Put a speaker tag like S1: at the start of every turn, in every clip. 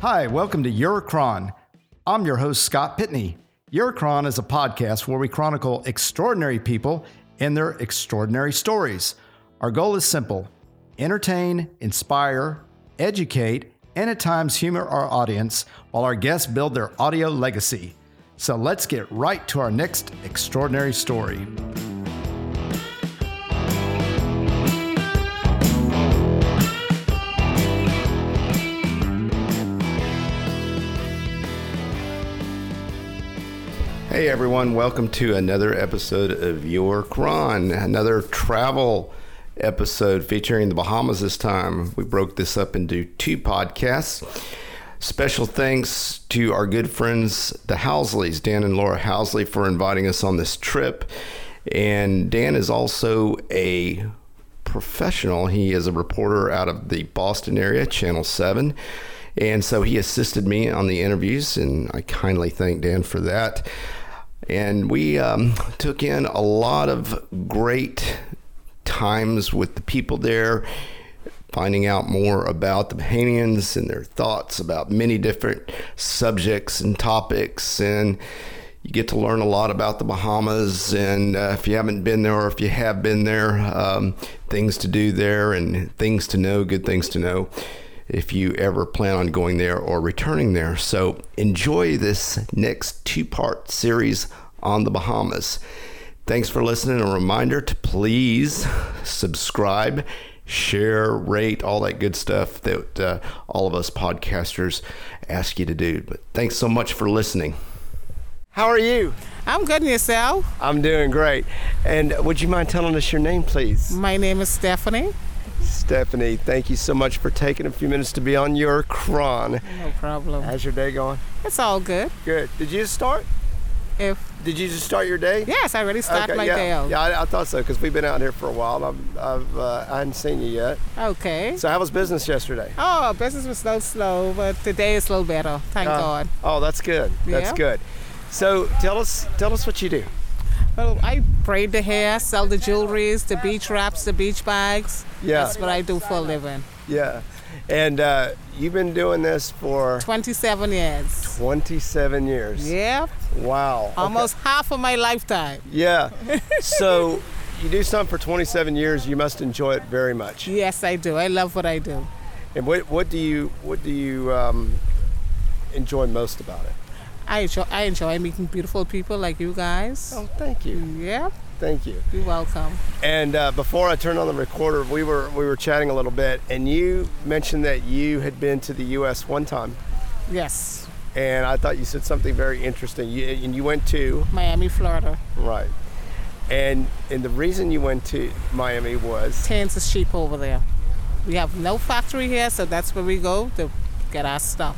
S1: Hi, welcome to Eurocron. I'm your host, Scott Pitney. Eurocron is a podcast where we chronicle extraordinary people and their extraordinary stories. Our goal is simple entertain, inspire, educate, and at times humor our audience while our guests build their audio legacy. So let's get right to our next extraordinary story. Hey everyone, welcome to another episode of Your Cron, another travel episode featuring the Bahamas this time. We broke this up into two podcasts. Special thanks to our good friends, the Housleys, Dan and Laura Housley, for inviting us on this trip. And Dan is also a professional. He is a reporter out of the Boston area, Channel 7. And so he assisted me on the interviews, and I kindly thank Dan for that. And we um, took in a lot of great times with the people there, finding out more about the Bahamians and their thoughts about many different subjects and topics. And you get to learn a lot about the Bahamas. And uh, if you haven't been there, or if you have been there, um, things to do there and things to know, good things to know if you ever plan on going there or returning there. So enjoy this next two part series on the Bahamas. Thanks for listening. A reminder to please subscribe, share, rate, all that good stuff that uh, all of us podcasters ask you to do. But thanks so much for listening. How are you?
S2: I'm good in yourself.
S1: I'm doing great. And would you mind telling us your name, please?
S2: My name is Stephanie.
S1: Stephanie, thank you so much for taking a few minutes to be on your Cron.
S2: No problem.
S1: How's your day going?
S2: It's all good.
S1: Good. Did you just start?
S2: If
S1: Did you just start your day?
S2: yes, I already stopped
S1: Okay,
S2: my
S1: yeah.
S2: day out.
S1: Yeah, I, I thought so because we've been out here for a while. I'm, I've uh, I hadn't seen you yet.
S2: Okay.
S1: So how was business yesterday?
S2: Oh, business was so slow, but today is a little better. Thank
S1: Uh,
S2: God.
S1: Oh, that's good. That's
S2: Yeah.
S1: good. So tell us tell us what you do.
S2: Well, I braid the hair, sell the jewelries, the beach wraps, the beach bags.
S1: Yeah.
S2: That's what I do for a living.
S1: Yeah, and uh, you've been doing this for
S2: 27 years.
S1: 27 years.
S2: Yep.
S1: Wow. Okay.
S2: Almost half of my lifetime.
S1: Yeah. so you do something for 27 years. You must enjoy it very much.
S2: Yes, I do. I love what I do.
S1: And what what do you what do you um, enjoy most about it?
S2: I enjoy, I enjoy meeting beautiful people like you guys.
S1: Oh, thank you.
S2: Yep.
S1: Thank you.
S2: You're welcome.
S1: And uh, before I turned on the recorder, we were we were chatting a little bit, and you mentioned that you had been to the U.S. one time,
S2: Yes.
S1: and I thought you said something very interesting. You, and you went to
S2: Miami, Florida.
S1: right, and and the reason you went to Miami was
S2: tens of sheep over there. We have no factory here, so that's where we go to get our stuff.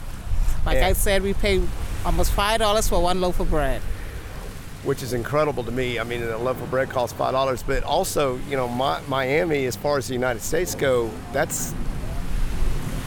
S2: Like
S1: Yeah.
S2: I said, we pay almost five dollars for one loaf of bread.
S1: which is incredible to me. I mean, a loaf of bread costs five dollars, but also you know Mi- Miami, as far as the United States go, that's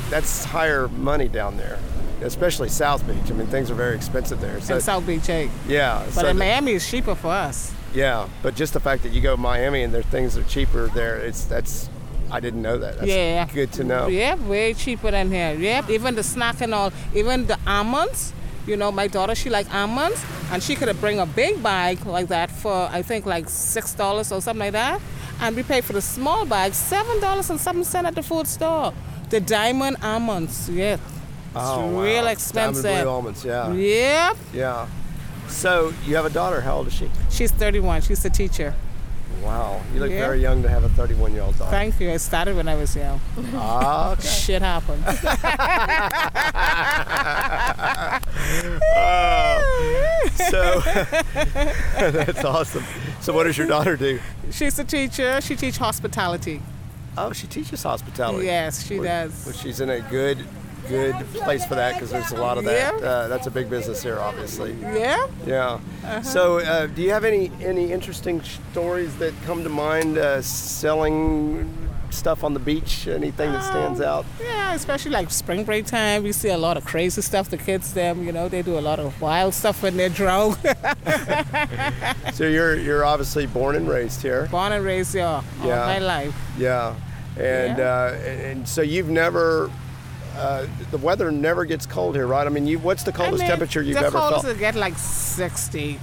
S1: that's higher money down there, especially South Beach. I mean, things are very expensive there. So
S2: in South Beach, Jake.
S1: yeah,
S2: But in
S1: the-
S2: Miami, it's cheaper for us.
S1: Yeah, but just the fact that you go to Miami and their things are cheaper there, it's that's I didn't know that. That's
S2: yeah.
S1: good to know.
S2: Yeah, way cheaper than here. Yep, even the snack and all, even the almonds. You know, my daughter, she like almonds, and she could bring a big bag like that for I think like six dollars or something like that, and we pay for the small bag seven dollars and something cent at the food store. The diamond almonds, yeah, it's
S1: Oh, wow.
S2: real
S1: Diamond
S2: expensive.
S1: blue almonds, yeah. yeah.
S2: Yep,
S1: So you have a daughter. How old is she?
S2: she's 31. She's a teacher.
S1: Wow, you look
S2: Yeah.
S1: very young to have a 31 year old daughter.
S2: Thank you. I started when I was young.
S1: Ah, okay.
S2: Shit happens.
S1: so that's awesome. So what does your daughter do?
S2: she's a teacher. She teach hospitality.
S1: Oh, she teaches hospitality.
S2: Yes, she
S1: Well,
S2: does.
S1: Well, she's in a good, good place for that because there's a lot of that.
S2: Yeah.
S1: Uh, that's a big business here, obviously.
S2: Yeah.
S1: Yeah.
S2: Uh-huh.
S1: So, uh, do you have any any interesting stories that come to mind uh, selling stuff on the beach? Anything that
S2: Um.
S1: stands out?
S2: Yeah, especially like spring break time, we see a lot of crazy stuff. The kids, them, you know, they do a lot of wild stuff when they're drunk.
S1: So you're you're obviously born and raised here.
S2: Born and raised here all
S1: Yeah.
S2: my life.
S1: Yeah. And
S2: Yeah.
S1: Uh, and and so you've never
S3: uh, the weather never gets cold here, right? I mean, you, what's the
S2: I
S3: coldest
S2: mean,
S3: temperature you've
S2: the
S3: ever
S2: coldest
S3: felt?
S2: will get like 60.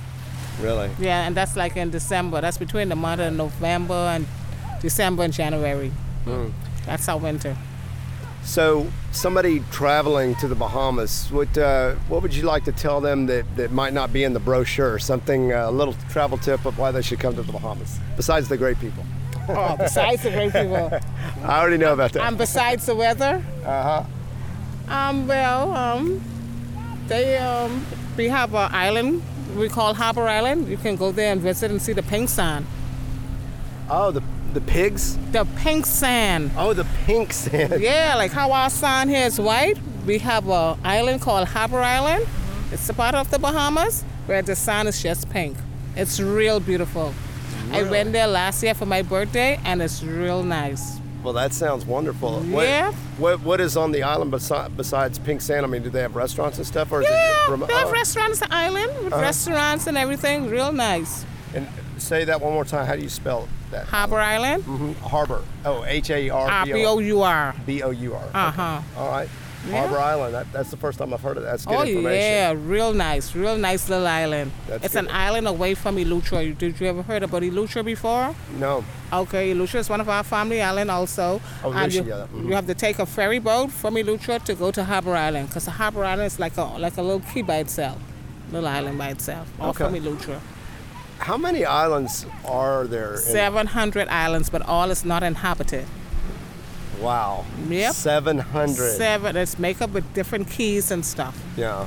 S3: Really?
S2: Yeah, and that's like in December. That's between the month of November and December and January.
S3: Mm.
S2: That's our winter.
S3: So, somebody traveling to the Bahamas, what uh, what would you like to tell them that, that might not be in the brochure? Something uh, a little travel tip of why they should come to the Bahamas, besides the great people.
S2: Oh, besides the great people.
S3: I already know about that.
S2: And Um, besides the weather,
S3: Uh huh.
S2: um, well, um, they um, we have an island we call Harbor Island. You can go there and visit and see the pink sand.
S3: Oh, the the pigs.
S2: The pink sand.
S3: Oh, the pink sand.
S2: Yeah, like how our sand here is white. We have an island called Harbor Island. It's a part of the Bahamas where the sand is just pink. It's real beautiful. I went there last year for my birthday and it's real nice.
S3: Well, that sounds wonderful.
S2: Yeah.
S3: What what is on the island besi- besides pink sand? I mean, do they have restaurants and stuff, or is
S2: Yeah,
S3: it? remo-
S2: they have
S3: oh.
S2: restaurants on the island with restaurants and everything. Real nice.
S3: And say that one more time. How do you spell that?
S2: Harbor Island,
S3: Mhm. Harbor. Oh, H A R
S2: R
S3: B
S2: B O
S3: O
S2: U R.
S3: B O U R.
S2: Uh huh.
S3: All right.
S2: Yeah.
S3: Harbor Island. That, that's the first time I've heard of that. That's good
S2: Oh
S3: information.
S2: yeah, real nice, real nice little island.
S3: That's
S2: it's
S3: good.
S2: an island away from Eleutra. Did you ever heard about Eleutra before?
S3: No.
S2: Okay, Eleutra is one of our family island also.
S3: Oh,
S2: and you,
S3: Eleuthera, yeah, mhm.
S2: you have to take a ferry boat from Eleutra to go to Harbor Island because Harbor Island is like a like a little key by itself, little island by itself, all
S3: Okay.
S2: from Eleutra.
S3: How many islands are there? in-
S2: Seven hundred islands, but all is not inhabited.
S3: wow.
S2: Yep.
S3: Seven hundred.
S2: Seven, it's make up with different keys and stuff.
S3: yeah.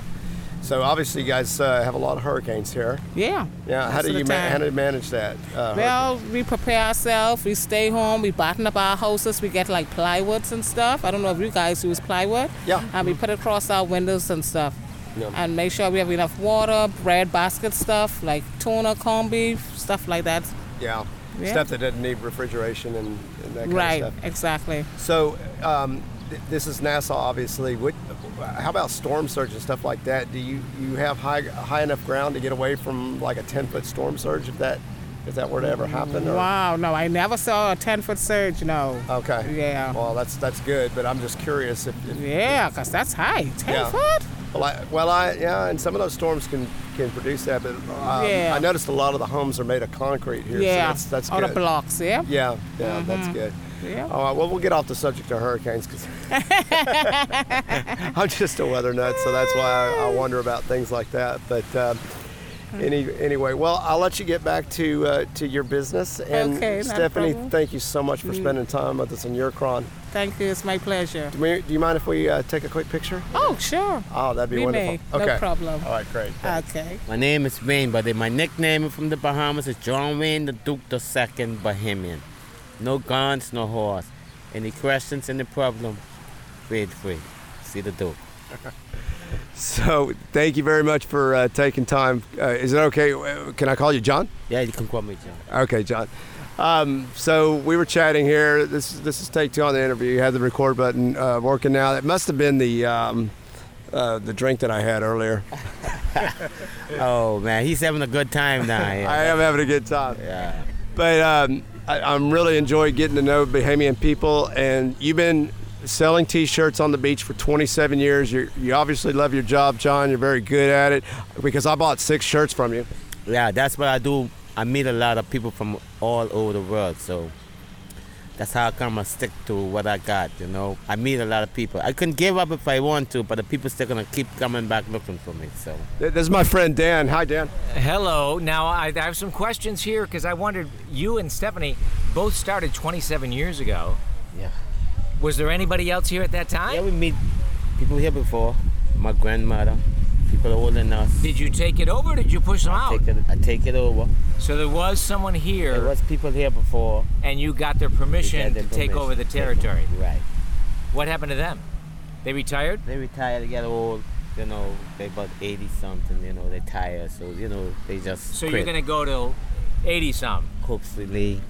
S3: So obviously, you guys uh, have a lot of hurricanes here.
S2: Yeah.
S3: Yeah. How
S2: most
S3: do
S2: of the
S3: you ma-
S2: time.
S3: how do you manage that? Uh,
S2: Well, we prepare ourselves. We stay home. We button up our houses. We get like plywoods and stuff. I don't know if you guys use plywood.
S3: Yeah.
S2: And we put it across our windows and stuff.
S3: Yeah.
S2: And make sure we have enough water, bread basket stuff like tuna, corned beef, stuff like that.
S3: Yeah.
S2: Yeah.
S3: Stuff that doesn't need refrigeration and, and that kind
S2: right.
S3: of stuff.
S2: Exactly.
S3: So um, th- this is NASA, obviously. What, how about storm surge and stuff like that? Do you, you have high high enough ground to get away from like a 10 foot storm surge if that if that were to ever happen? or-
S2: Wow. No, I never saw a ten foot surge. No.
S3: Okay.
S2: Yeah.
S3: Well, that's that's good, but I'm just curious if. if
S2: Yeah, 'cause that's high. Ten
S3: Yeah.
S2: foot.
S3: Well, I, well, I yeah, and some of those storms can can produce that, but um,
S2: Yeah.
S3: I noticed a lot of the homes are made of concrete here.
S2: yeah.
S3: So that's that's
S2: All
S3: good.
S2: the blocks. Yeah.
S3: Yeah, yeah, that's good.
S2: Mm-hmm. Yeah.
S3: All right. Well, we'll get off the subject of hurricanes because I'm just a weather nut, so that's why I, I wonder about things like that. But um,
S2: Mm-hmm.
S3: any anyway, well, I'll let you get back to uh, to your business. And
S2: Okay, not a
S3: Stephanie,
S2: problem. Mm.
S3: thank you so much for spending time with us in your cron.
S2: Thank you. It's my pleasure.
S3: Do, we, do you mind if we uh, take a quick picture?
S2: Oh, sure.
S3: Oh, that'd be
S2: We
S3: wonderful.
S2: may. No
S3: Okay.
S2: problem.
S3: All right, great.
S2: Okay.
S4: My name is Wayne, but my nickname from the Bahamas is John Wayne, the Duke the Second Bahamian. No guns, no horse. Any questions, any problem, feel free. See the Duke.
S3: So, thank you very much for uh, taking time. Uh, is it okay? uh, Can I call you John?
S4: Yeah, you can call me John.
S3: Okay, John. Um, so we were chatting here. This this is take two on the interview. You had the record button uh, working now. It must have been the um, uh, the drink that I had earlier.
S4: Oh man, he's having a good time now.
S3: I
S4: Yeah.
S3: am having a good time,
S4: yeah.
S3: but um, I, I'm really enjoying getting to know Bahamian people. And you've been selling T-shirts on the beach for 27 years. You you obviously love your job, John. You're very good at it because I bought six shirts from you.
S4: Yeah, that's what I do. I meet a lot of people from all over the world, so that's how come I stick to what I got, you know. I meet a lot of people. I can give up if I want to, but the people still gonna keep coming back looking for me, so.
S3: Th- This is my friend Dan. Hi, Dan.
S5: Hello. Now, I, I have some questions here because I wondered you and Stephanie both started 27 years ago.
S4: Yeah.
S5: Was there anybody else here at that
S4: Yeah,
S5: time?
S4: we meet people here before. My grandmother, people older than us.
S5: Did you take it over? Or did you push them out?
S4: Take it, I take it over.
S5: So there was someone
S4: There
S5: here,
S4: was people here before.
S5: and you got their
S4: We
S5: permission
S4: got
S5: to
S4: the
S5: take
S4: permission
S5: over the
S4: to take over.
S5: territory.
S4: Right.
S5: What happened to them? They retired.
S4: They retired, they got old. You know, they about 80 something. You know, they tired, so you know they just.
S5: So you're
S4: quit.
S5: gonna go to 80 some.
S4: hopefully.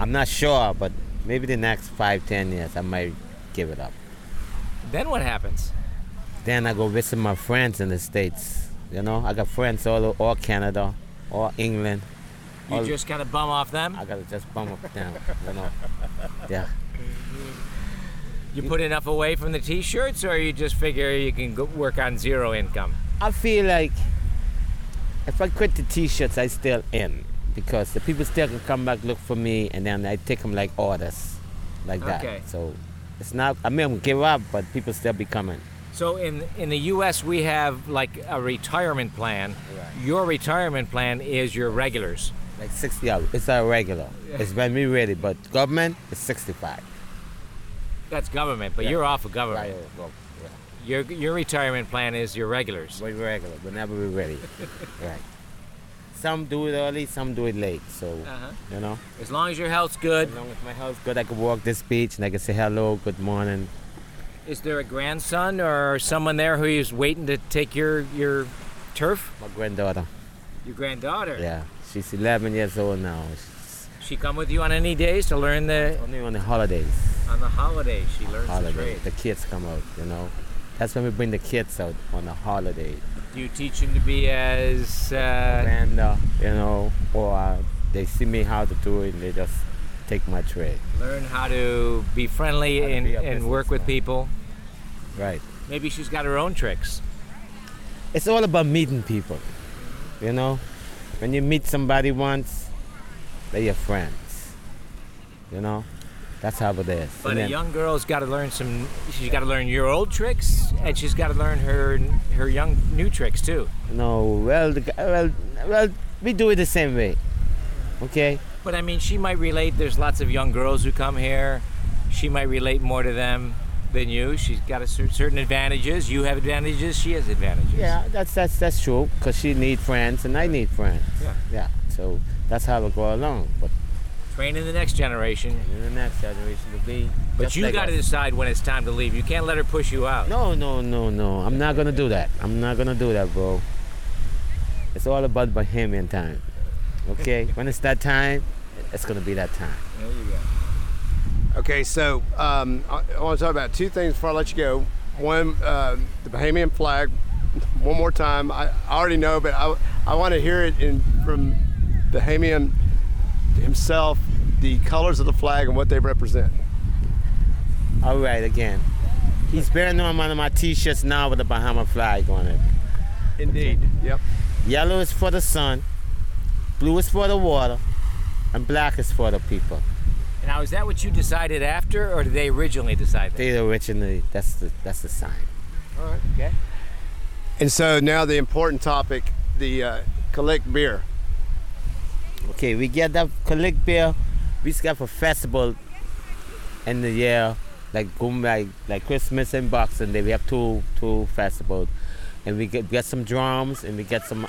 S4: I'm not sure, but maybe the next five, ten years I might give it up.
S5: Then what happens?
S4: Then I go visit my friends in the states. You know, I got friends all o- all Canada, all England.
S5: You
S4: I'll-
S5: just kind of bum off them.
S4: I gotta just bum up down. You know, yeah.
S5: You put enough away from the t-shirts, or you just figure you can go work on zero income?
S4: I feel like if I quit the t-shirts, I still in because the people still can come back look for me, and then I take them like orders, like
S5: Okay.
S4: that. So it's not. I mean, I'm give up, but people still be coming.
S5: So in in the U.S. we have like a retirement plan.
S4: Right.
S5: Your retirement plan is your regulars.
S4: Like 60 hours. It's a regular. It's when we ready, but government is 65.
S5: That's government, but
S4: Yeah.
S5: you're off
S4: Right.
S5: of government.
S4: go- yeah,
S5: Your your retirement plan is your regulars.
S4: We regular, whenever we ready. right. Some do it early, some do it late. So
S5: Uh-huh.
S4: you know,
S5: As long as your health's good.
S4: as long as my health good, I can walk this beach and I can say hello, good morning.
S5: Is there a grandson or someone there who is waiting to take your your turf?
S4: My granddaughter.
S5: Your granddaughter.
S4: Yeah, she's 11 years old now. She's
S5: She come with you on any days to learn the
S4: only on the holidays.
S5: on the holidays. She learns the
S4: Holidays.
S5: trade.
S4: The kids come out, you know. That's when we bring the kids out on a holiday.
S5: Do you teach him to be as uh,
S4: And, uh, you know, or uh, they see me how to do it and they just take my trade.
S5: learn how to be friendly
S4: How to
S5: and,
S4: be a
S5: and work with
S4: businessman.
S5: people?
S4: Right.
S5: Maybe she's got her own tricks.
S4: It's all about meeting people, you know. When you meet somebody once, they're your friends, you know. That's how it is.
S5: But
S4: And
S5: a
S4: then-
S5: young girl's got to learn some. She's got to learn your old tricks, and she's got to learn her her young new tricks too.
S4: No, well, the, g- well, well, we do it the same way, okay?
S5: But I mean, she might relate. There's lots of young girls who come here. She might relate more to them than you. She's got a cer- certain advantages. You have advantages. She has advantages.
S4: Yeah, that's that's that's true. Cause she need friends and I need friends.
S5: Yeah.
S4: Yeah. So that's how we go along. But
S5: Training the next generation.
S4: in the next generation will be.
S5: But
S4: just
S5: you
S4: like
S5: got to
S4: us.
S5: decide when it's time to leave. You can't let her push you out.
S4: No, no, no, no. I'm not gonna do that. I'm not gonna do that, bro. It's all about Bohemian time. Okay. when it's that time, it's gonna be that time.
S5: There you go.
S3: Okay, so um, I, I want to talk about two things before I let you go. One, uh, the Bahamian flag. One more time. I, I already know, but I, I want to hear it in from the Bahamian himself, the colors of the flag and what they represent.
S4: All right, again. He's bearing on one of my t-shirts now with the Bahama flag on it.
S3: Indeed. Yep.
S4: Yellow is for the sun, blue is for the water, and black is for the people.
S5: Now, is that what you decided after, or did they originally decide that?
S4: They originally that's the that's the sign.
S3: All right. Okay. And so now the important topic, the uh, collect beer.
S4: Okay, we get that collect beer. We got for festival in the year, like going like like Christmas and Boxing Day. We have two two festivals, and we get, get some drums and we get some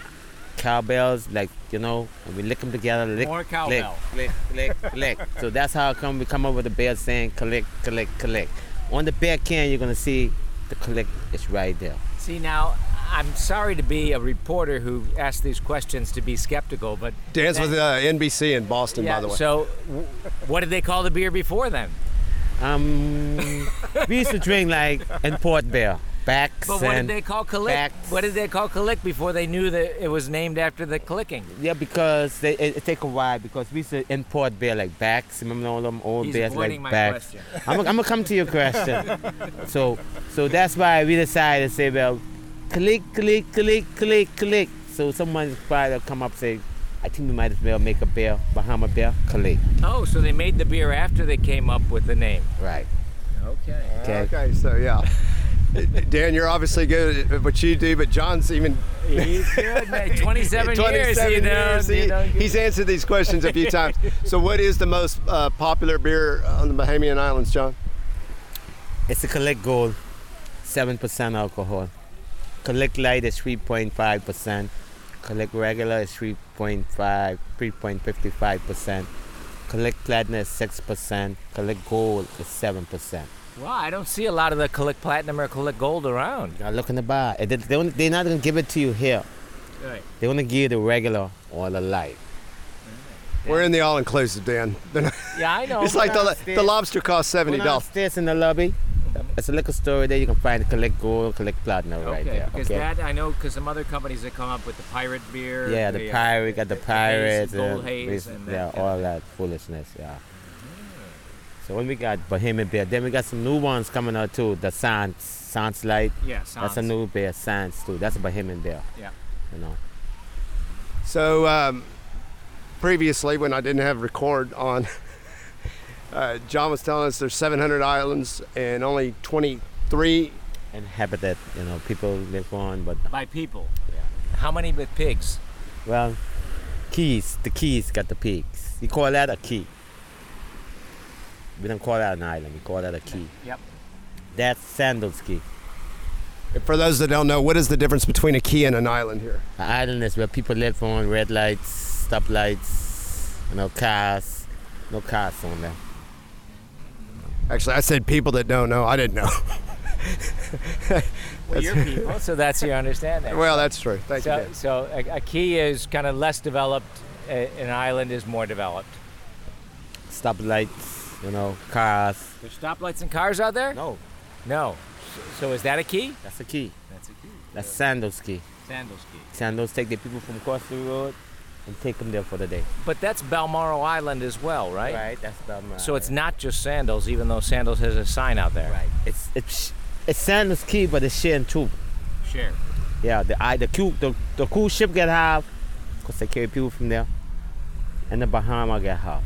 S4: cowbells, like you know, and we lick them together. Lick,
S5: More cowbell.
S4: Lick, lick, lick, lick. So that's how come we come up with the beer saying collect, collect, collect. On the beer can, you're gonna see the collect is right there.
S5: See, now, I'm sorry to be a reporter who asks these questions to be skeptical, but.
S3: Dance with uh, NBC in Boston, by the way.
S5: So, w- what did they call the beer before then?
S4: Um, we used to drink like in Port Bear, backs
S5: But what did
S4: and
S5: they call Calick?
S4: facts.
S5: What did they call Calick before they knew that it was named after the clicking?
S4: yeah, because they, it, it take a while because we used to import beer like backs. Remember all them old
S5: He's
S4: beers
S5: avoiding
S4: like
S5: my
S4: backs.
S5: question.
S4: I'm gonna come to your question. so, so that's why we decided to say, well, click, click, click, click, click. So someone probably will come up and say, I think we might as well make a beer, Bahama beer, click.
S5: Oh, so they made the beer after they came up with the name.
S4: Right.
S5: Okay.
S4: Okay.
S3: Okay, so yeah. Dan, you're obviously good at what you do, but John's even
S5: He's good, man. 27, years, you
S3: 27
S5: know.
S3: years.
S5: you
S3: He-
S5: know,
S3: he's answered these questions a few times. So, what is the most uh, popular beer on the Bahamian Islands, John?
S4: It's a collect gold, 7% alcohol. Collect light is 3.5%. Collect regular is 3.5, 3.55%. Collect platinum is 6%. Collect gold is 7%.
S5: Wow, I don't see a lot of the Calick Platinum or Calick Gold around.
S4: Now look in the bar. They, they only, they're not going to give it to you here.
S5: Right.
S4: They want to give you the regular or the light.
S3: We're in the all inclusive, Dan.
S5: Yeah, Oh, I know.
S3: it's like the,
S4: that's
S3: the
S4: it.
S3: lobster costs
S4: When
S3: seventy
S4: I'm
S3: dollars.
S4: upstairs in the lobby, it's a liquor store there. You can find collect gold, collect platinum
S5: okay,
S4: right there.
S5: because that I know because some other companies that come up with the pirate beer.
S4: Yeah, the pirate got the
S5: the haze,
S4: pirates.
S5: gold
S4: uh,
S5: haze
S4: this-
S5: and that
S4: yeah,
S5: kind
S4: all that foolishness. Yeah. So when we got Bohemian Bear, then we got some new ones coming out too. The Sans, Sans Light.
S5: Yeah,
S4: That's a
S5: Sans.
S4: new bear, Sans too. That's a Bohemian Bear.
S5: Yeah.
S4: You know.
S3: So um, previously, when I didn't have record on, uh, John was telling us there's 700 islands and only 23.
S4: And habitat, you know, people live on, but
S5: By people. How many with pigs?
S4: well, keys. The keys got the peaks. You call that a key. We don't call that an island. We call that a key.
S5: Yep.
S4: That's Sandals Key.
S3: And for those that don't know, what is the difference between a key and an island here?
S4: An island is where people live on red lights, stop lights, you know, cars. No cars on there.
S3: Actually, I said people that don't know. I didn't know.
S5: Well, your people. so that's your understanding.
S3: well, that's true. Thank you.
S5: so,
S3: Dan.
S5: so a, a key is kind of less developed. A, an island is more developed.
S4: Stop lights, you know, cars.
S5: There's stoplights and cars out there?
S4: No,
S5: No. So is that a key?
S4: that's a key.
S5: That's a key.
S4: That's Sandals Key.
S5: Sandals key.
S4: Sandals take the people from across the road and take them there for the day.
S5: But that's Balmoral Island as well, right?
S4: that's the um,
S5: So it's not just Sandals, even though Sandals has a sign out there.
S4: right. It's it's it's Sandals Key, but it's sharing too.
S5: Sure.
S4: Yeah, the I the cool the, the cool ship get half, cause they carry people from there, and the Bahama get half.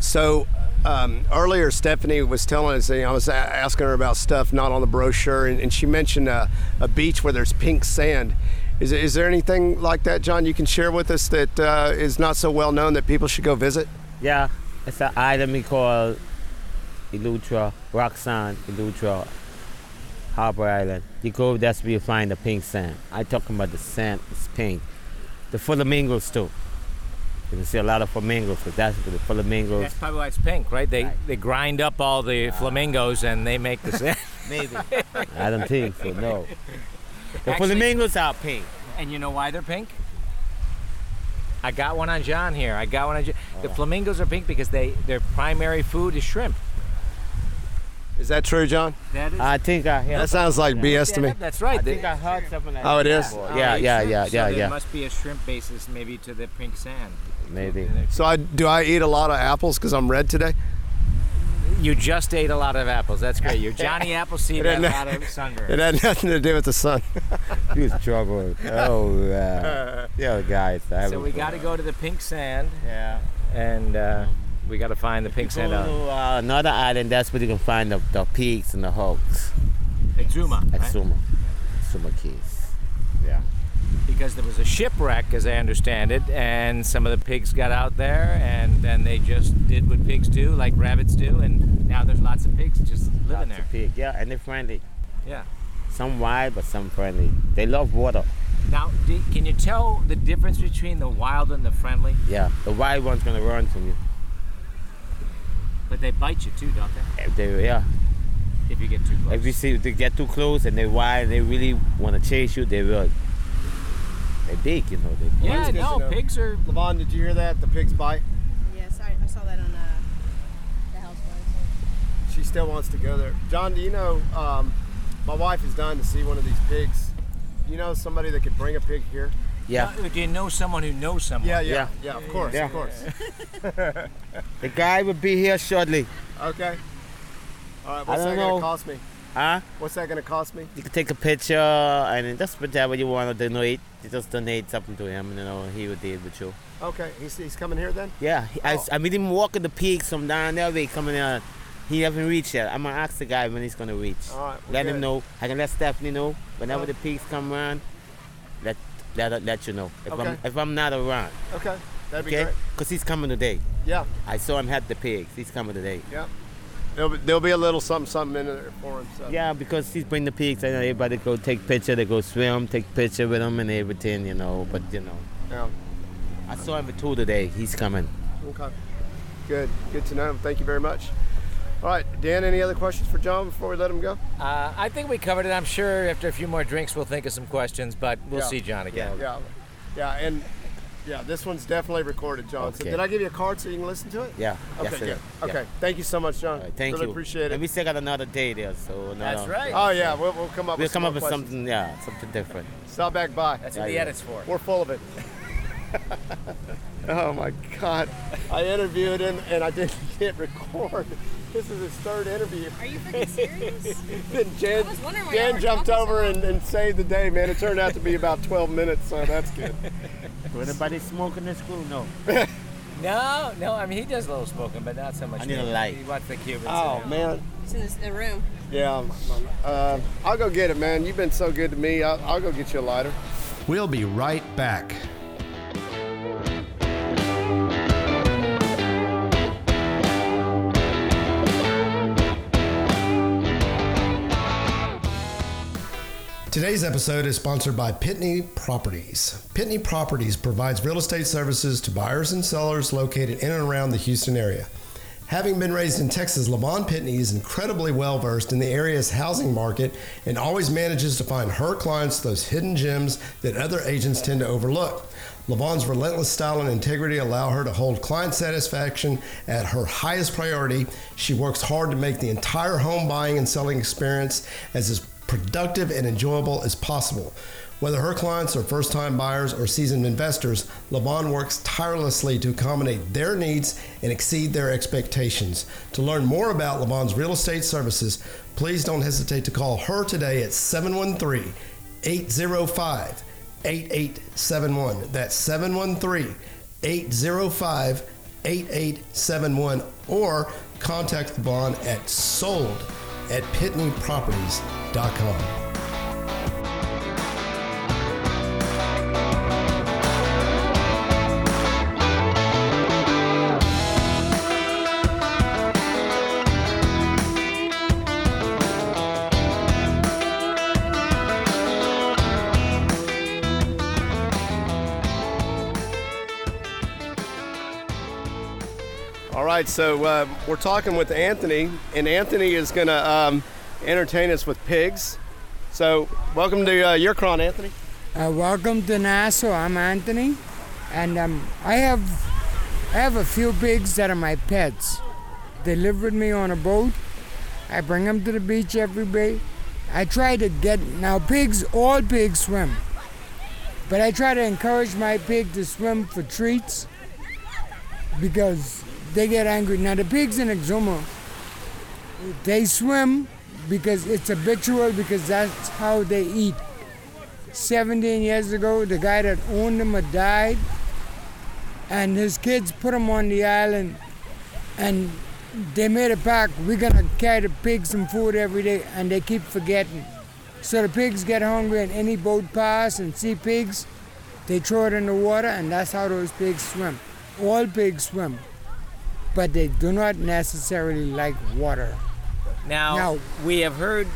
S3: So um, earlier, Stephanie was telling us, you know, I was a- asking her about stuff not on the brochure, and, and she mentioned a, a beach where there's pink sand. Is, is there anything like that, John, you can share with us that uh, is not so well known that people should go visit?
S4: Yeah, it's an island we call Elutra, Roxanne, Elutra, Harbor Island. You go, that's where you find the pink sand. I talking about the sand is pink. The flamingos too. You can see a lot of flamingos, but that's where the flamingos.
S5: That's probably why it's pink, right? They they grind up all the flamingos and they make the sand.
S4: Maybe. I don't think so, no. The
S5: Actually-
S4: flamingos are pink.
S5: and you know why they're pink? I got one on John here. I got one on John. The flamingos are pink because they their primary food is shrimp. Uh,
S3: Is that true, John?
S5: That is.
S4: I think I heard.
S3: That sounds like BS to me.
S5: That's
S4: I
S5: right.
S4: think I heard something like
S3: Oh, it
S4: that.
S3: is?
S4: before. Yeah, yeah, yeah, yeah,
S5: There
S4: yeah.
S5: must be a shrimp basis maybe to the pink sand.
S4: Maybe.
S3: So I, do I eat a lot of apples because I'm red today?
S5: You just ate a lot of apples. That's great. You're Johnny Appleseed
S3: I
S5: had
S3: didn't
S5: a
S3: know.
S5: lot of sunburn.
S3: It had nothing to do with the sun.
S4: You was trouble. Oh, uh, yeah, guys. I
S5: So
S4: was-
S5: we got to go to the pink sand
S4: Yeah.
S5: and uh, we got to find the pink
S4: Go
S5: sand out.
S4: to uh, another island. That's where you can find the, the peaks and the hawks
S5: Exuma.
S4: at
S5: right?
S4: Suma, Suma Keys. Yeah.
S5: Because there was a shipwreck, as I understand it, and some of the pigs got out there and then they just did what pigs do, like rabbits do, and now there's lots of pigs just living
S4: Lots
S5: there.
S4: of pig. Yeah, and they're friendly.
S5: Yeah.
S4: Some wild, but some friendly. They love water.
S5: Now, do, can you tell the difference between the wild and the friendly?
S4: Yeah. The wild one's gonna run from you.
S5: But they bite you too, don't they?
S4: If Eh, they, yeah.
S5: If you get too close.
S4: If you see they get too close and they wild, they really wanna chase you. They will. They big, you know. They.
S5: yeah,
S3: That's good
S5: no,
S3: to know.
S5: pigs are
S3: Levon, did you hear that? The pig's bite?
S6: Yes, I, I saw that on uh, the house
S3: She still wants to go there. John, do you know, um, my wife is dying to see one of these pigs. You know somebody that could bring a pig here?
S4: Yeah.
S5: Uh, Do you know someone who knows someone?
S3: yeah,
S4: Yeah.
S3: yeah, of course,
S4: Yeah.
S3: of course.
S4: The guy will be here shortly.
S3: Okay. All right, what's that
S4: I don't
S3: going to
S4: know.
S3: cost me?
S4: Huh?
S3: What's that going to cost me?
S4: You can take a picture and just whatever you want to donate. You just donate something to him, and you know he will deal with you.
S3: Okay, he's, he's coming here then?
S4: Yeah, he-
S3: Oh.
S4: I, s- I meet him walking the peaks from down there way coming out. He haven't reached yet. I'm gonna ask the guy when he's gonna reach.
S3: All right, well,
S4: let
S3: good. Uh-huh.
S4: him know. I can let Stephanie know whenever the peaks come around. Let let let you know if I'm
S3: Okay.
S4: if I'm not around.
S3: Okay, that'd be
S4: Okay,
S3: great.
S4: because he's coming today.
S3: Yeah,
S4: I saw him had the pigs. He's coming today.
S3: yeah. There'll be, there'll be a little something, something in there for him. So.
S4: Yeah, because he's bring the pigs. I know everybody go take picture. They go swim, take picture with him and everything. You know, but you know.
S3: yeah.
S4: I saw him at two today. He's coming.
S3: Okay. Good. Good to know. Thank you very much. All right, Dan, any other questions for John before we let him go?
S5: Uh, I think we covered it. I'm sure after a few more drinks, we'll think of some questions, but we'll
S3: Yeah.
S5: see John again.
S3: Yeah. Yeah, and yeah, this one's definitely recorded, John. So
S4: Okay.
S3: did I give you a card so you can listen to it?
S4: Yeah.
S3: Okay,
S4: yes, sir.
S3: good.
S4: Yeah.
S3: Okay. Thank you so much, John.
S4: All right, thank
S3: really
S4: you.
S3: appreciate it.
S4: And we still got another day there, so
S5: That's
S4: another-
S5: right.
S3: oh yeah, we'll, we'll come up
S4: We'll
S3: with some
S4: come
S3: more
S4: up with
S3: questions.
S4: something, yeah, something different.
S3: Stop back by.
S5: That's what
S4: Yeah,
S5: the
S4: yeah.
S5: edit's for.
S3: We're full of it. Oh my God. I interviewed him and I didn't hit record. This is his third interview.
S6: Are you freaking serious?
S3: Then Jan,
S6: I was wondering why y'all
S3: Jan
S6: were
S3: jumped
S6: talking so
S3: over and, and saved the day, man. It turned out to be about 12 minutes, so that's good.
S4: Anybody smoking this crew? No.
S5: No, no. I mean, he does a little smoking, but not so much.
S4: I need a
S5: anymore.
S4: light.
S5: He watched the Cubans.
S3: Oh
S5: and-
S3: man,
S6: It's in this, the room.
S3: yeah. Uh, I'll go get it, man. You've been so good to me. I'll, I'll go get you a lighter.
S7: We'll be right back. Today's episode is sponsored by Pitney Properties. Pitney Properties provides real estate services to buyers and sellers located in and around the Houston area. Having been raised in Texas, Lavon Pitney is incredibly well versed in the area's housing market and always manages to find her clients those hidden gems that other agents tend to overlook. Lavon's relentless style and integrity allow her to hold client satisfaction at her highest priority. She works hard to make the entire home buying and selling experience as is productive and enjoyable as possible. Whether her clients are first time buyers or seasoned investors, Levon works tirelessly to accommodate their needs and exceed their expectations. To learn more about Levon's real estate services, please don't hesitate to call her today at 713 805 8871. That's 713 805 8871 or contact Levon at sold at pitneyproperties.com.
S3: All right, so uh, we're talking with Anthony, and Anthony is going to um, entertain us with pigs. So, welcome to uh, your cron, Anthony.
S8: Uh, welcome to Nassau. I'm Anthony, and um, I have I have a few pigs that are my pets. They live with me on a boat. I bring them to the beach every day. I try to get now pigs. All pigs swim, but I try to encourage my pig to swim for treats because they get angry. Now the pigs in Exuma, they swim because it's habitual because that's how they eat. 17 years ago, the guy that owned them had died, and his kids put him on the island, and they made a pact: we're gonna carry the pigs some food every day, and they keep forgetting. So the pigs get hungry, and any boat pass and see pigs, they throw it in the water, and that's how those pigs swim. All pigs swim, but they do not necessarily like water.
S5: Now,
S8: Now-
S5: we have heard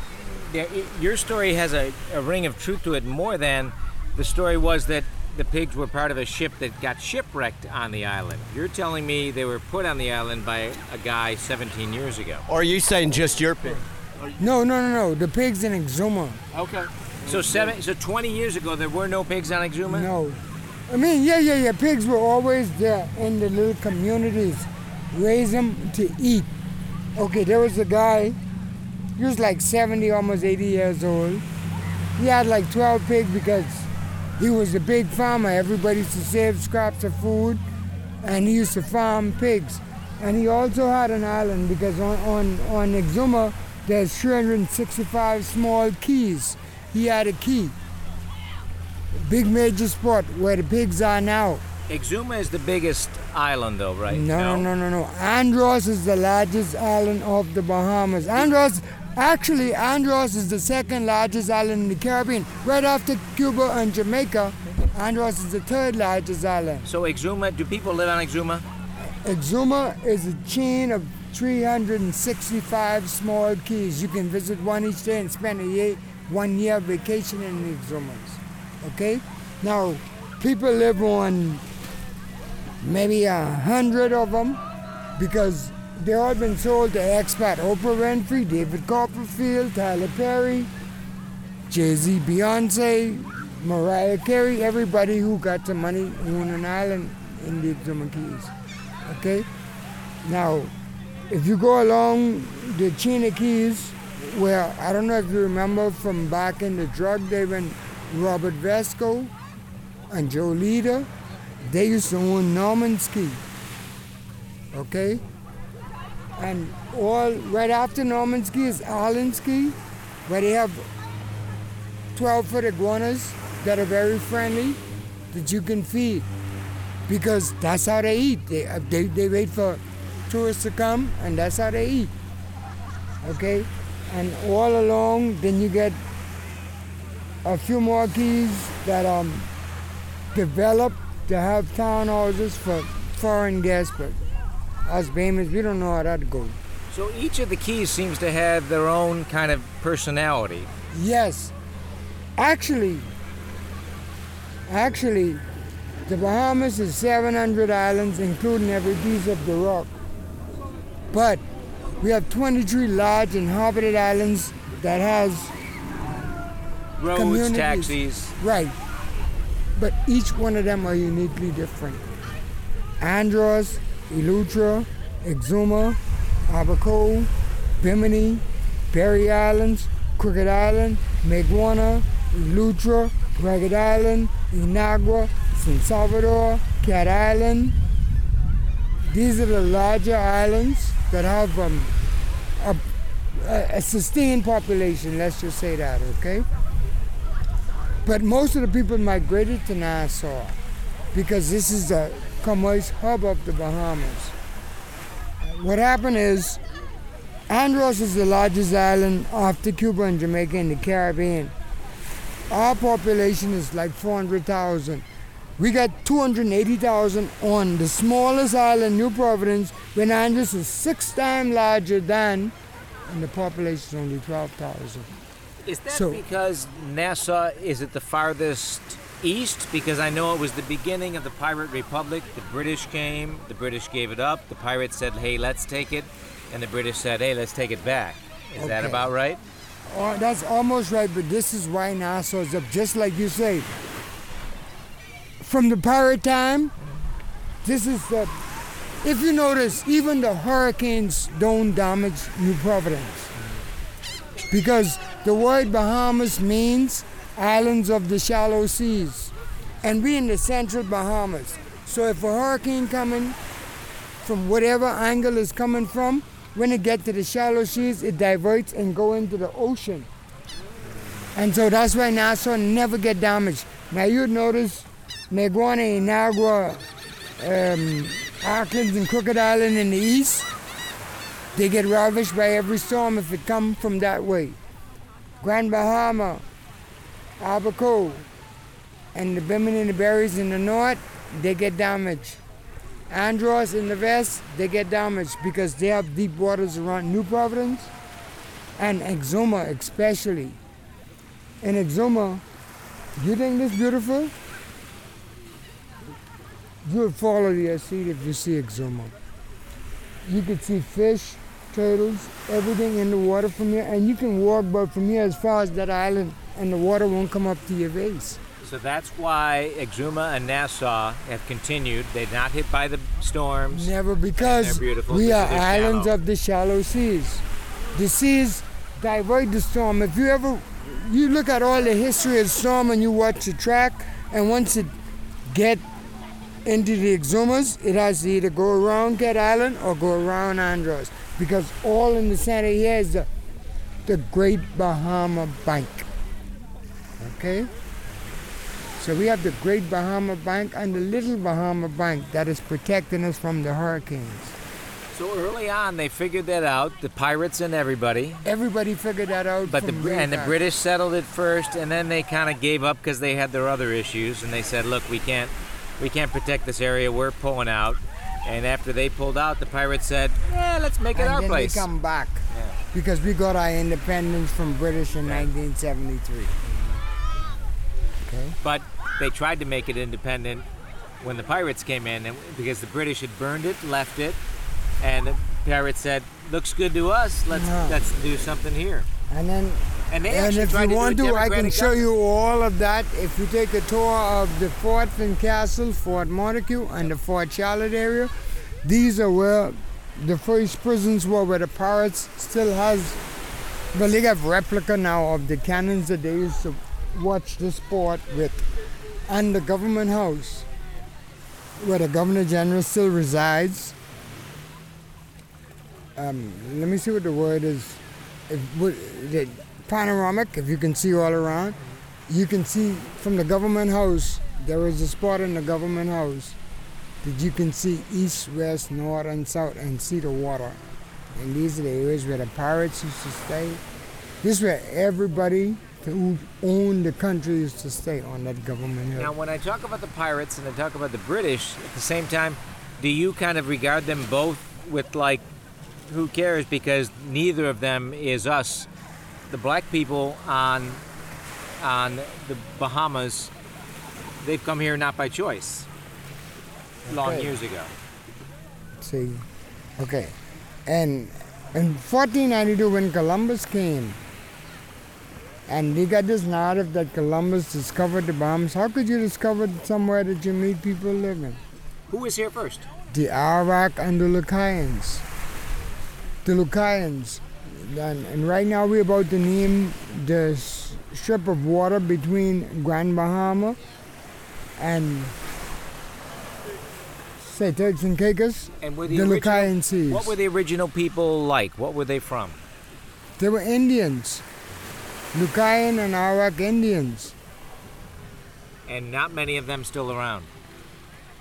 S5: that y- your story has a, a ring of truth to it more than the story was that the pigs were part of a ship that got shipwrecked on the island. You're telling me they were put on the island by a guy 17 years ago.
S3: Or are you saying just your pig?
S8: No, no, no, no. The pigs in Exuma.
S5: Okay. So seven, so 20 years ago, there were no pigs on Exuma.
S8: No. I mean, yeah, yeah, yeah. Pigs were always there in the little communities. Raise them to eat. Okay, there was a guy, he was like 70, almost 80 years old. He had like 12 pigs because he was a big farmer. Everybody used to save scraps of food and he used to farm pigs. And he also had an island because on, on, on Exuma, there's 365 small keys. He had a key big major spot where the pigs are now.
S5: Exuma is the biggest island, though, right?
S8: No, no, no, no, no. Andros is the largest island of the Bahamas. Andros, actually, Andros is the second largest island in the Caribbean. Right after Cuba and Jamaica, Andros is the third largest island.
S5: So Exuma, do people live on Exuma?
S8: Exuma is a chain of 365 small keys. You can visit one each day and spend a year, one year vacation in Exumas. Okay? Now, people live on maybe a hundred of them because they all been sold to expat Oprah Winfrey, David Copperfield, Tyler Perry, Jay Z, Beyonce, Mariah Carey, everybody who got some money on an island in the Exuma Keys. Okay? Now, if you go along the Chena Keys, where I don't know if you remember from back in the drug day when Robert Vesco and Joe Leader, They used to own Norman Ski. Okay? And all right after Norman Ski is Allen Ski, where they have 12 foot iguanas that are very friendly that you can feed because that's how they eat. They, uh, they, they wait for tourists to come and that's how they eat. Okay? And all along, then you get a few more keys that um, develop to have townhouses for foreign guests, but us Bamans, we don't know how that goes.
S5: So each of the keys seems to have their own kind of personality.
S8: Yes. Actually, actually, the Bahamas is 700 islands, including every piece of the rock. But we have 23 large inhabited islands that has
S5: Roads,
S8: Communities.
S5: taxis.
S8: Right. But each one of them are uniquely different. Andros, Elutra, Exuma, Abaco, Bimini, Berry Islands, Crooked Island, Meguana, Elutra, Ragged Island, Inagua, San Salvador, Cat Island. These are the larger islands that have um, a, a, a sustained population, let's just say that, okay? But most of the people migrated to Nassau because this is the commerce hub of the Bahamas. What happened is Andros is the largest island after Cuba and Jamaica in the Caribbean. Our population is like 400,000. We got 280,000 on the smallest island, New Providence, when Andros is six times larger than, and the population is only 12,000.
S5: Is that
S8: So-
S5: because Nassau is at the farthest east? Because I know it was the beginning of the Pirate Republic. The British came, the British gave it up, the pirates said, hey, let's take it, and the British said, hey, let's take it back. Is that
S8: Okay.
S5: about right?
S8: Oh, that's almost right, but this is why Nassau is up, just like you say. From the pirate time, this is the. If you notice, even the hurricanes don't damage New Providence. Because the word Bahamas means islands of the shallow seas. And we in the central Bahamas. So if a hurricane coming from whatever angle it's coming from, when it gets to the shallow seas, it diverts and go into the ocean. And so that's why Nassau never get damaged. Now you notice Meguana, Inagua, um, Auckland and Crooked Island in the east, they get ravished by every storm if it come from that way. Grand Bahama, Abaco, and the Bimini and the Berries in the north, they get damaged. Andros in the west, they get damaged because they have deep waters around New Providence and Exuma especially. In Exuma, you think this beautiful? You would follow your seat if you see Exuma. You could see fish, turtles, everything in the water from here, and you can walk but from here as far as that island and the water won't come up to your face.
S5: So that's why Exuma and Nassau have continued. They're not hit by the storms.
S8: Never because
S5: beautiful
S8: we
S5: because
S8: are
S5: they're
S8: islands
S5: shallow.
S8: of the shallow seas. The seas divert the storm. If you ever you look at all the history of storm and you watch the track and once it get into the Exumas, it has to either go around Cat Island or go around Andros. Because all in the center here is the, the Great Bahama Bank. Okay? So we have the Great Bahama Bank and the Little Bahama Bank that is protecting us from the hurricanes.
S5: So early on, they figured that out, the pirates and everybody.
S8: Everybody figured that out.
S5: But the
S8: from
S5: Br-
S8: way
S5: and the
S8: back.
S5: British settled it first, and then they kind of gave up because they had their other issues, and they said, "Look, we can't, we can't protect this area. We're pulling out." And after they pulled out, the pirates said, "Yeah, let's make it
S8: and
S5: our
S8: then
S5: place."
S8: we come back because we got our independence from British in 1973. Okay.
S5: But they tried to make it independent when the pirates came in, and because the British had burned it, left it, and the pirates said, "Looks good to us. Let's
S8: Yeah.
S5: let's do something here."
S8: And then,
S5: And they
S8: and
S5: actually
S8: if
S5: tried
S8: you
S5: to do a
S8: want to, I can
S5: democratic
S8: show
S5: government.
S8: you all of that if you take a tour of the Fort Finn Castle, Fort Montague, and the Fort Charlotte area. These are where the first prisons were, where the pirates still has. Well, they have replica now of the cannons that they used to watch the sport with, and the government house. where the Governor General still resides. Um, let me see what the word is. If, what, the panoramic, if you can see all around, you can see from the government house. There is a spot in the government house that you can see east, west, north, and south, and see the water. And these are the areas where the pirates used to stay. This is where everybody who owned the country used to stay on that government hill.
S5: Now, when I talk about the pirates and I talk about the British, at the same time, do you kind of regard them both with like, who cares? Because neither of them is us, the black people on on the Bahamas. They've come here not by choice. Long
S8: Okay.
S5: years ago.
S8: See, okay, and in 1492 when Columbus came, and they got this narrative that Columbus discovered the bombs. How could you discover somewhere that you meet people living?
S5: Who was here first?
S8: The Arawak and the Lucayans. The Lucayans, and, and right now we're about to name the s- strip of water between Grand Bahama and St. Kitts and Caicos.
S5: And were the,
S8: The
S5: original,
S8: Lucayan Seas.
S5: What were the original people like? What were they from?
S8: They were Indians, Lucayan and Arawak Indians,
S5: And not many of them still around.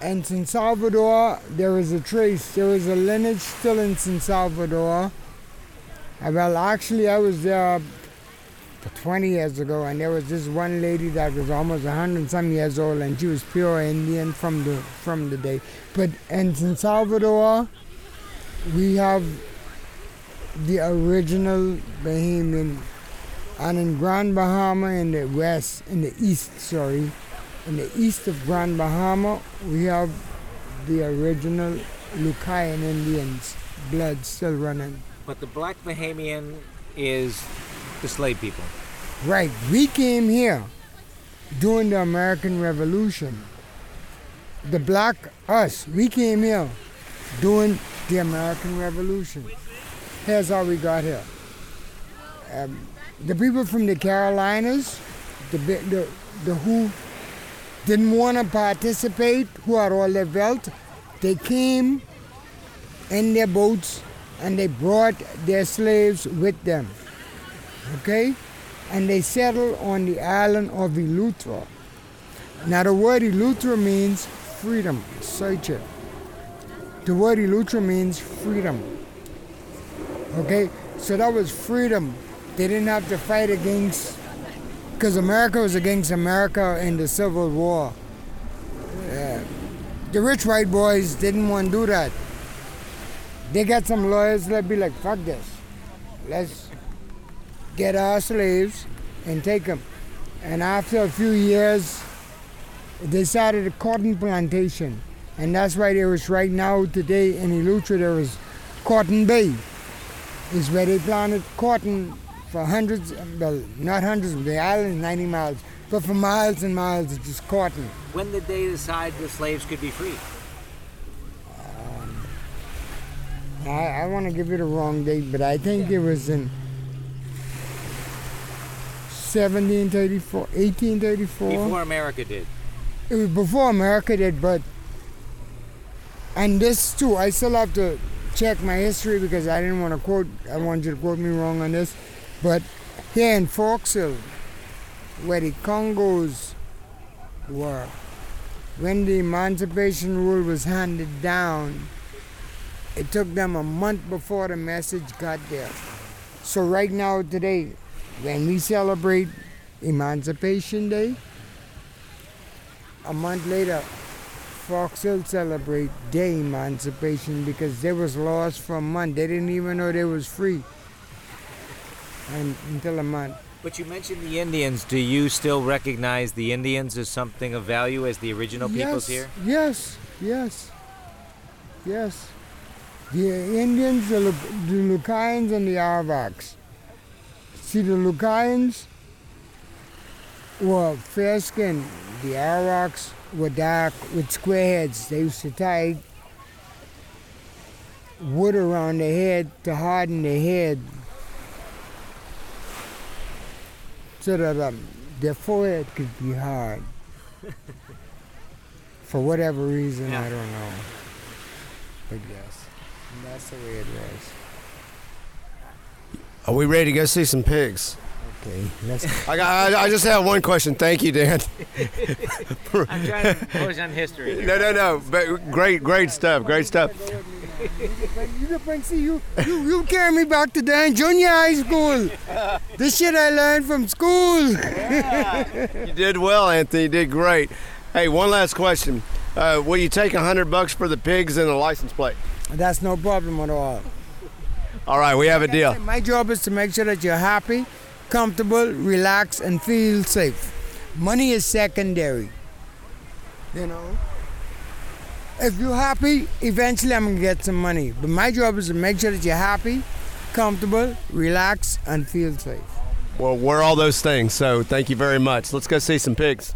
S8: and San Salvador. There is a trace. There is a lineage still in San Salvador. Uh, Well, actually, I was there for 20 years ago, and there was this one lady that was almost 100 and some years old, and she was pure Indian from the from the day. But in San Salvador, we have the original Bahamian, and in Grand Bahama in the west, in the east, sorry, in the east of Grand Bahama, we have the original Lucayan Indians blood still running.
S5: But the black Bahamian is the slave people.
S8: Right, we came here during the American Revolution. The black us, we came here during the American Revolution. Here's how we got here. Um, the people from the Carolinas, the bi- the, the who didn't want to participate, who had all their wealth, they came in their boats and they brought their slaves with them. Okay? and they settled on the island of Eleuthera. Now, the word Eleuthera means freedom. Search it. The word Eleuthera means freedom. Okay, so that was freedom. They didn't have to fight against, because America was against America in the Civil War. Uh, the rich white boys didn't want to do that. They got some lawyers that be like, fuck this. Let's get our slaves and take them. And after a few years, they started a cotton plantation. And that's why there is right now today in Eleuthera, there is Cotton Bay, is where they planted cotton for hundreds, well, not hundreds, the island is 90 miles, but for miles and miles, it's just cotton.
S5: When did they decide the slaves could be free?
S8: I, I want to give you the wrong date, but I think it was in 1734, 1834.
S5: Before America did.
S8: it was before America did, but and this too, I still have to check my history because I didn't want to quote. I wanted you to quote me wrong on this, but here in Forksville, where the Congos were, when the Emancipation Rule was handed down, it took them a month before the message got there. So right now, today, when we celebrate Emancipation Day, a month later, Fox Hill celebrate their emancipation because they was lost for a month. They didn't even know they was free and, until a month.
S5: But you mentioned the Indians. Do you still recognize the Indians as something of value as the original peoples
S8: yes,
S5: here?
S8: yes, yes, yes. The Indians, the, Lu- the Lucayans, and the Arawaks. See, the Lucayans were fair skinned. The Arawaks were dark with square heads. They used to tie wood around their head to harden their head so that um, their forehead could be hard. for whatever reason,
S5: Yeah.
S8: I don't know. But yes, that's the way it was.
S3: Are we ready to go see some pigs?
S8: Okay, let's.
S3: I, got, I, I just have one question. Thank you, Dan.
S5: I'm trying to focus on history. here.
S3: No, no, no. But great, great stuff. Great stuff.
S8: But you can bring- see you, you you carry me back to Dan Junior High School. This shit I learned from school.
S3: You did well, Anthony. You did great. Hey, one last question. Uh, will you take a hundred bucks for the pigs and the license plate?
S8: That's no problem at all.
S3: All right, we have a deal.
S8: My job is to make sure that you're happy, comfortable, relaxed, and feel safe. Money is secondary. You know? If you're happy, eventually I'm gonna get some money. But my job is to make sure that you're happy, comfortable, relaxed, and feel safe.
S3: Well, we're all those things. So thank you very much. Let's go see some pigs.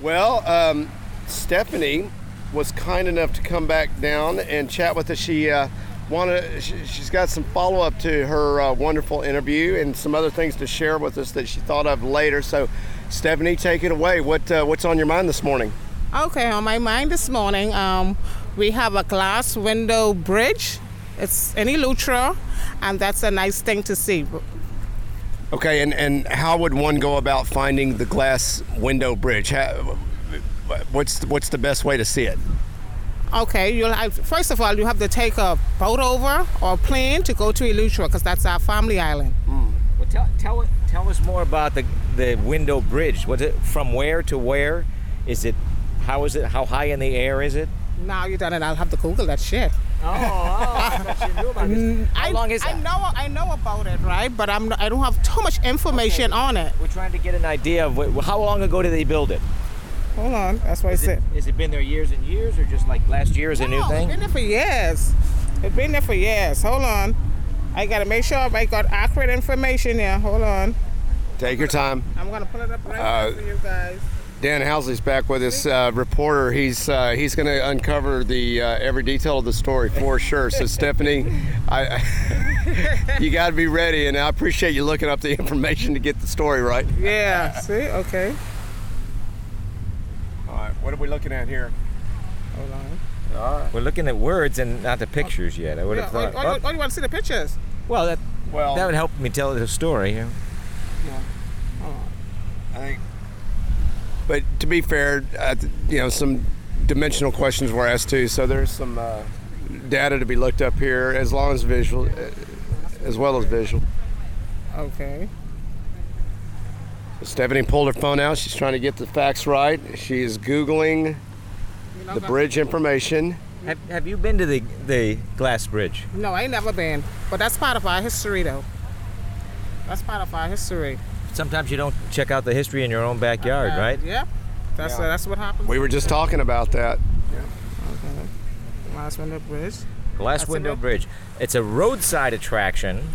S3: Well, um, Stephanie was kind enough to come back down and chat with us. She uh, wanted she, she's got some follow up to her uh, wonderful interview and some other things to share with us that she thought of later. So, Stephanie, take it away. What uh, what's on your mind this morning?
S2: Okay, on my mind this morning, um, we have a glass window bridge. It's in Eleutra, and that's a nice thing to see.
S3: Okay, and, and how would one go about finding the glass window bridge? How, what's what's the best way to see it?
S2: Okay, you'll have, first of all, you have to take a boat over or plane to go to Eleutra because that's our family island.
S5: Well, tell, tell, tell us more about the, the window bridge. What's it from where to where? Is it, how is it, how high in the air is it?
S2: Now you're done, and I'll have to Google that shit.
S5: Oh, oh I thought you knew about this. How
S2: I,
S5: long is
S2: I
S5: it?
S2: know, I know about it, right? But I'm, I don't have too much information on it.
S5: We're trying to get an idea of wh- how long ago did they build it?
S2: Hold on, that's what I
S5: Is
S2: said.
S5: it, is it been there years and years, or just like last year is a new
S2: No, It's been
S5: thing?
S2: there for years. It's been there for years. Hold on. I gotta make sure I got accurate information here. Hold on.
S3: Take your time.
S2: I'm gonna pull it up right
S3: Uh,
S2: now for you guys.
S3: Dan Housley's back with us, uh, reporter. He's uh, he's going to uncover the uh, every detail of the story for sure. So Stephanie, I, you got to be ready, and I appreciate you looking up the information to get the story right.
S2: Yeah. see? Okay.
S3: All right, what are we looking at here?
S2: Hold on.
S5: We're looking at words and not the pictures yet. I would
S2: Yeah,
S5: have
S2: oh,
S5: thought.
S2: oh, you- oh, you want to see the pictures?
S5: well, that,
S3: Well,
S5: that would help me tell the story. yeah.
S3: I think. But to be fair, uh, you know, some dimensional questions were asked too, so there's some uh, data to be looked up here, as long as visual, uh, as well as visual.
S2: Okay.
S3: Stephanie pulled her phone out. She's trying to get the facts right. She is googling the bridge information.
S5: Have, have you been to the, the glass bridge?
S2: No, I ain't never been. But that's part of our history, though. That's part of our history.
S5: Sometimes you don't check out the history in your own backyard, right?
S2: Uh, Yeah. That's
S3: Yeah.
S2: that's what happened.
S3: We were just talking about that.
S2: Last window bridge.
S5: Glass
S2: That's a
S5: Window
S2: bit-
S5: Bridge. It's a roadside attraction.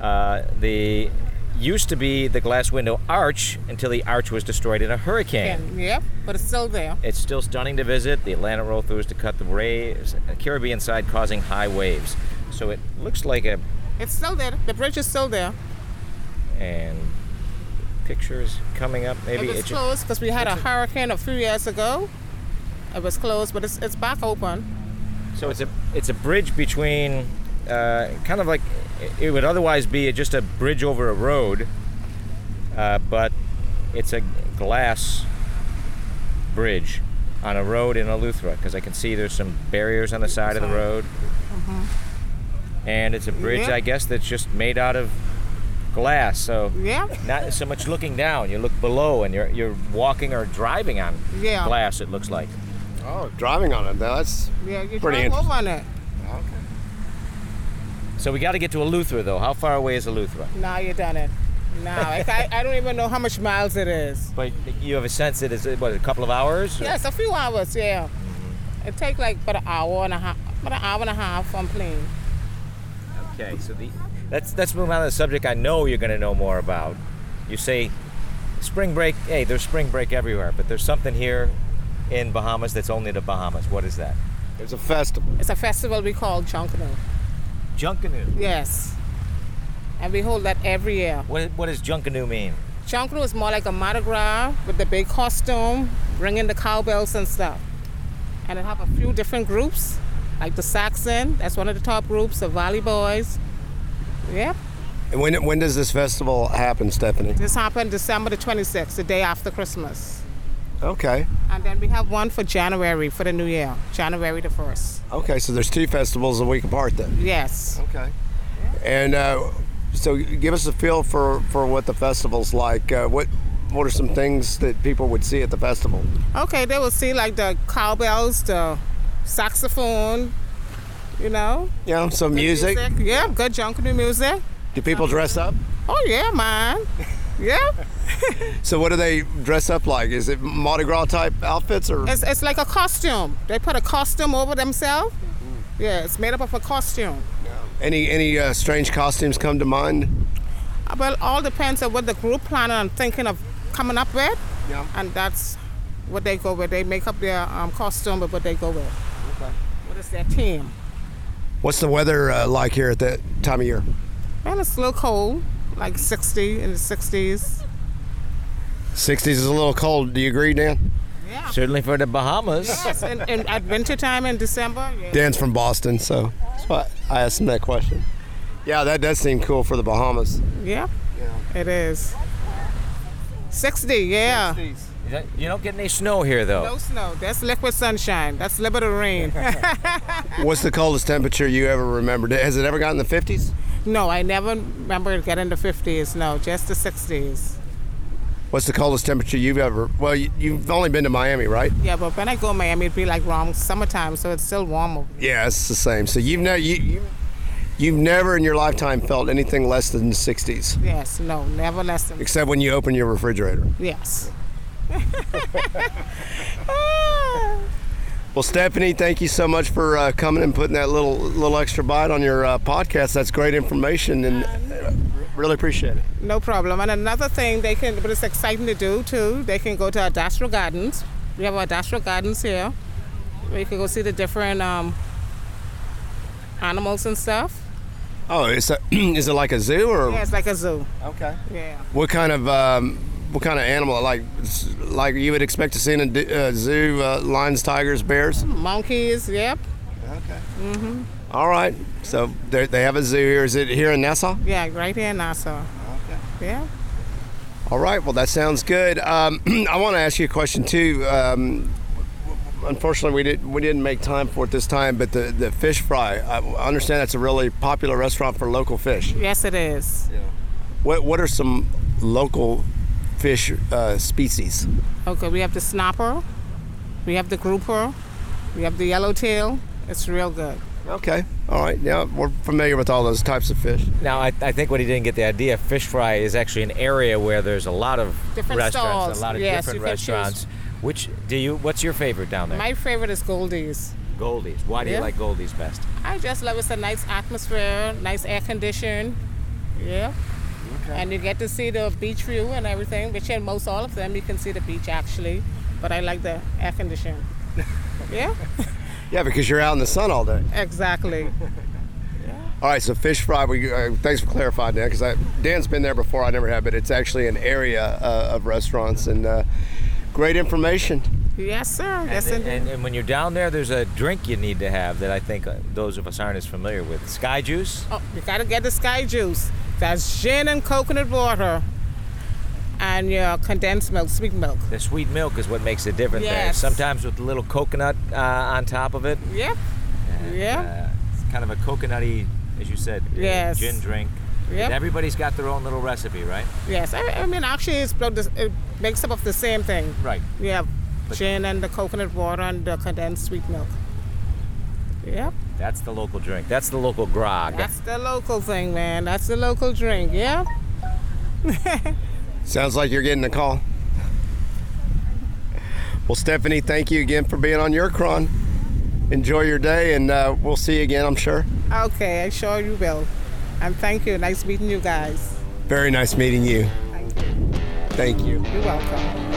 S5: Uh, the used to be the Glass Window Arch until the arch was destroyed in a hurricane.
S2: And, yeah. But it's still there.
S5: It's still stunning to visit. The Atlantic roll throughs to cut the waves, Caribbean side causing high waves. So it looks like a
S2: It's still there. The bridge is still there.
S5: and pictures coming up. Maybe
S2: it was
S5: ju-
S2: closed because we had a hurricane a few years ago. It was closed, but it's, it's back open.
S5: So it's a it's a bridge between uh, kind of like it would otherwise be just a bridge over a road, uh, but it's a glass bridge on a road in Eleuthera because I can see there's some barriers on the side of the road, and it's a bridge
S2: Yeah.
S5: I guess that's just made out of glass. So
S2: Yeah,
S5: not so much looking down. You look below, and you're you're walking or driving on
S2: Yeah.
S5: glass. It looks like.
S3: Oh, driving on it. That's
S2: yeah. You
S3: Pretty
S2: drive over on it.
S5: So we got to get to Eleuthera though. How far away is Eleuthera?
S2: Now you done it. Now I, I, I don't even know how much miles it is.
S5: But you have a sense that it's what a couple of hours.
S2: Yes, a few hours. Yeah, it take like about an hour and a half, about an hour and a half on plane.
S5: Okay. So the that's that's move on to the subject I know you're going to know more about. You say spring break. Hey, there's spring break everywhere, but there's something here in Bahamas that's only the Bahamas. What is that?
S3: there's a festival.
S2: It's a festival we call Junkanoo.
S5: Junkanoo.
S2: Yes, and we hold that every year.
S5: What what does Junkanoo mean?
S2: Chunk was more like a Mardi Gras with the big costume, ringing the cowbells and stuff. And it have a few different groups, like the Saxon, that's one of the top groups, the Valley Boys. Yep.
S3: And when when does this festival happen, Stephanie?
S2: This happened December the 26th, the day after Christmas.
S3: Okay.
S2: And then we have one for January, for the new year, January the 1st.
S3: Okay, so there's two festivals a week apart then.
S2: Yes.
S3: Okay. And uh, so give us a feel for, for what the festival's like. Uh, what what are some things that people would see at the festival?
S2: Okay, they will see like the cowbells, the saxophone, you know.
S3: You know, some music.
S2: Yeah, good junk new music.
S3: Do people dress up?
S2: Oh yeah, man. Yeah.
S3: So what do they dress up like? Is it Mardi Gras type outfits or?
S2: It's, it's like a costume. They put a costume over themselves.
S3: Mm-hmm.
S2: Yeah, it's made up of a costume.
S3: Any any uh, strange costumes come to mind?
S2: Uh, Well, all depends on what the group planning and thinking of coming up with.
S3: Yeah.
S2: And that's what they go with. They make up their um, costume with what they go with. Okay. What is their team?
S3: What's the weather uh, like here at that time of year?
S2: Well, it's a little cold, like 60 in the 60s.
S3: 60s is a little cold. Do you agree, Dan?
S2: Yeah.
S5: Certainly for the Bahamas.
S2: Yes, and, and at wintertime in December, yeah.
S3: Dan's from Boston, so that's why I asked him that question. Yeah, that does seem cool for the Bahamas.
S2: yeah. It is. 60, yeah.
S5: You don't get any snow here, though.
S2: No snow. That's liquid sunshine. That's liquid rain.
S3: What's the coldest temperature you ever remembered? Has it ever gotten in the 50s?
S2: no, I never remember it getting the 50s. No, just the 60s.
S3: What's the coldest temperature you've ever? Well, you, you've only been to Miami, right?
S2: Yeah, but when I go to Miami, it'd be like wrong summertime, so it's still warm over here.
S3: Yeah, it's the same. So you've never you, you you've never in your lifetime felt anything less than the 60s,
S2: Yes, no, never less than.
S3: except when you open your refrigerator.
S2: Yes. Ah.
S3: Well, Stephanie, thank you so much for uh, coming and putting that little little extra bite on your uh, podcast. That's great information, and uh, really appreciate it.
S2: No problem. And another thing they can, but it's exciting to do too, they can go to Adastro Gardens. We have Adastro Gardens here. Where you can go see the different um, animals and stuff.
S3: Oh, is that is it like a zoo or?
S2: Yeah, it's like a zoo.
S3: Okay.
S2: Yeah.
S3: What kind of um, what kind of animal? Like like you would expect to see in a d- uh, zoo? Uh, lions, tigers, bears.
S2: Monkeys, yep.
S3: All right. So they they have a zoo here. Is it here in Nassau?
S2: Yeah, right here in Nassau. Okay. Yeah.
S3: All right. Well, that sounds good. Um, I want to ask you a question too. Um, unfortunately, we didn't we didn't make time for it this time. But the, the fish fry, I I understand that's a really popular restaurant for local fish.
S2: Yes, it is.
S3: What what are some local fish uh, species?
S2: Okay, we have the snapper, we have the grouper, we have the yellowtail. It's real good.
S3: Okay. All right. Yeah, we're familiar with all those types of fish.
S5: Now, I, I think what he didn't get the idea, fish fry is actually an area where there's a lot of
S2: Different stalls.
S5: restaurants, a lot of
S2: Yes,
S5: different
S2: you can choose.
S5: restaurants. Which do you? What's your favorite down there?
S2: My favorite is Goldie's.
S5: Goldie's. Why do
S2: Yeah.
S5: you like Goldie's best?
S2: I just love it's a nice atmosphere, nice air condition. Yeah. And you get to see the beach view and everything, which in most all of them you can see the beach actually. But I like the air condition. yeah?
S3: Yeah, because you're out in the sun all day.
S2: Exactly.
S3: All right, so fish fry. We uh, thanks for clarifying that because Dan's been there before. I never have, but it's actually an area uh, of restaurants and uh, great information.
S2: Yes, sir. Yes,
S5: and,
S2: indeed.
S5: and, and when you're down there, there's a drink you need to have that I think uh, those of us aren't as familiar with. Sky juice.
S2: Oh, you gotta get the sky juice. That's gin and coconut water, and your condensed milk, sweet milk.
S5: The sweet milk is what makes it different there.
S2: Yes.
S5: Sometimes with a little coconut uh, on top of it.
S2: Yep. Yeah.
S5: Uh, it's kind of a coconutty, as you said, uh,
S2: Yes.
S5: gin drink.
S2: Yep.
S5: Everybody's got their own little recipe, right?
S2: Yes. I, I mean, actually, it's about this, it makes up of the same thing.
S5: Right.
S2: You have
S5: But-
S2: gin and the coconut water and the condensed sweet milk. Yep.
S5: That's the local drink. That's the local grog.
S2: That's the local thing, man. That's the local drink. Yep.
S3: Sounds like you're getting a call. Well, Stephanie, thank you again for being on your cron. Enjoy your day, and uh, we'll see you again. I'm sure.
S2: Okay, I sure you will. And thank you. Nice meeting you guys.
S3: Very nice meeting you.
S2: Thank you.
S3: Thank you.
S2: You're welcome.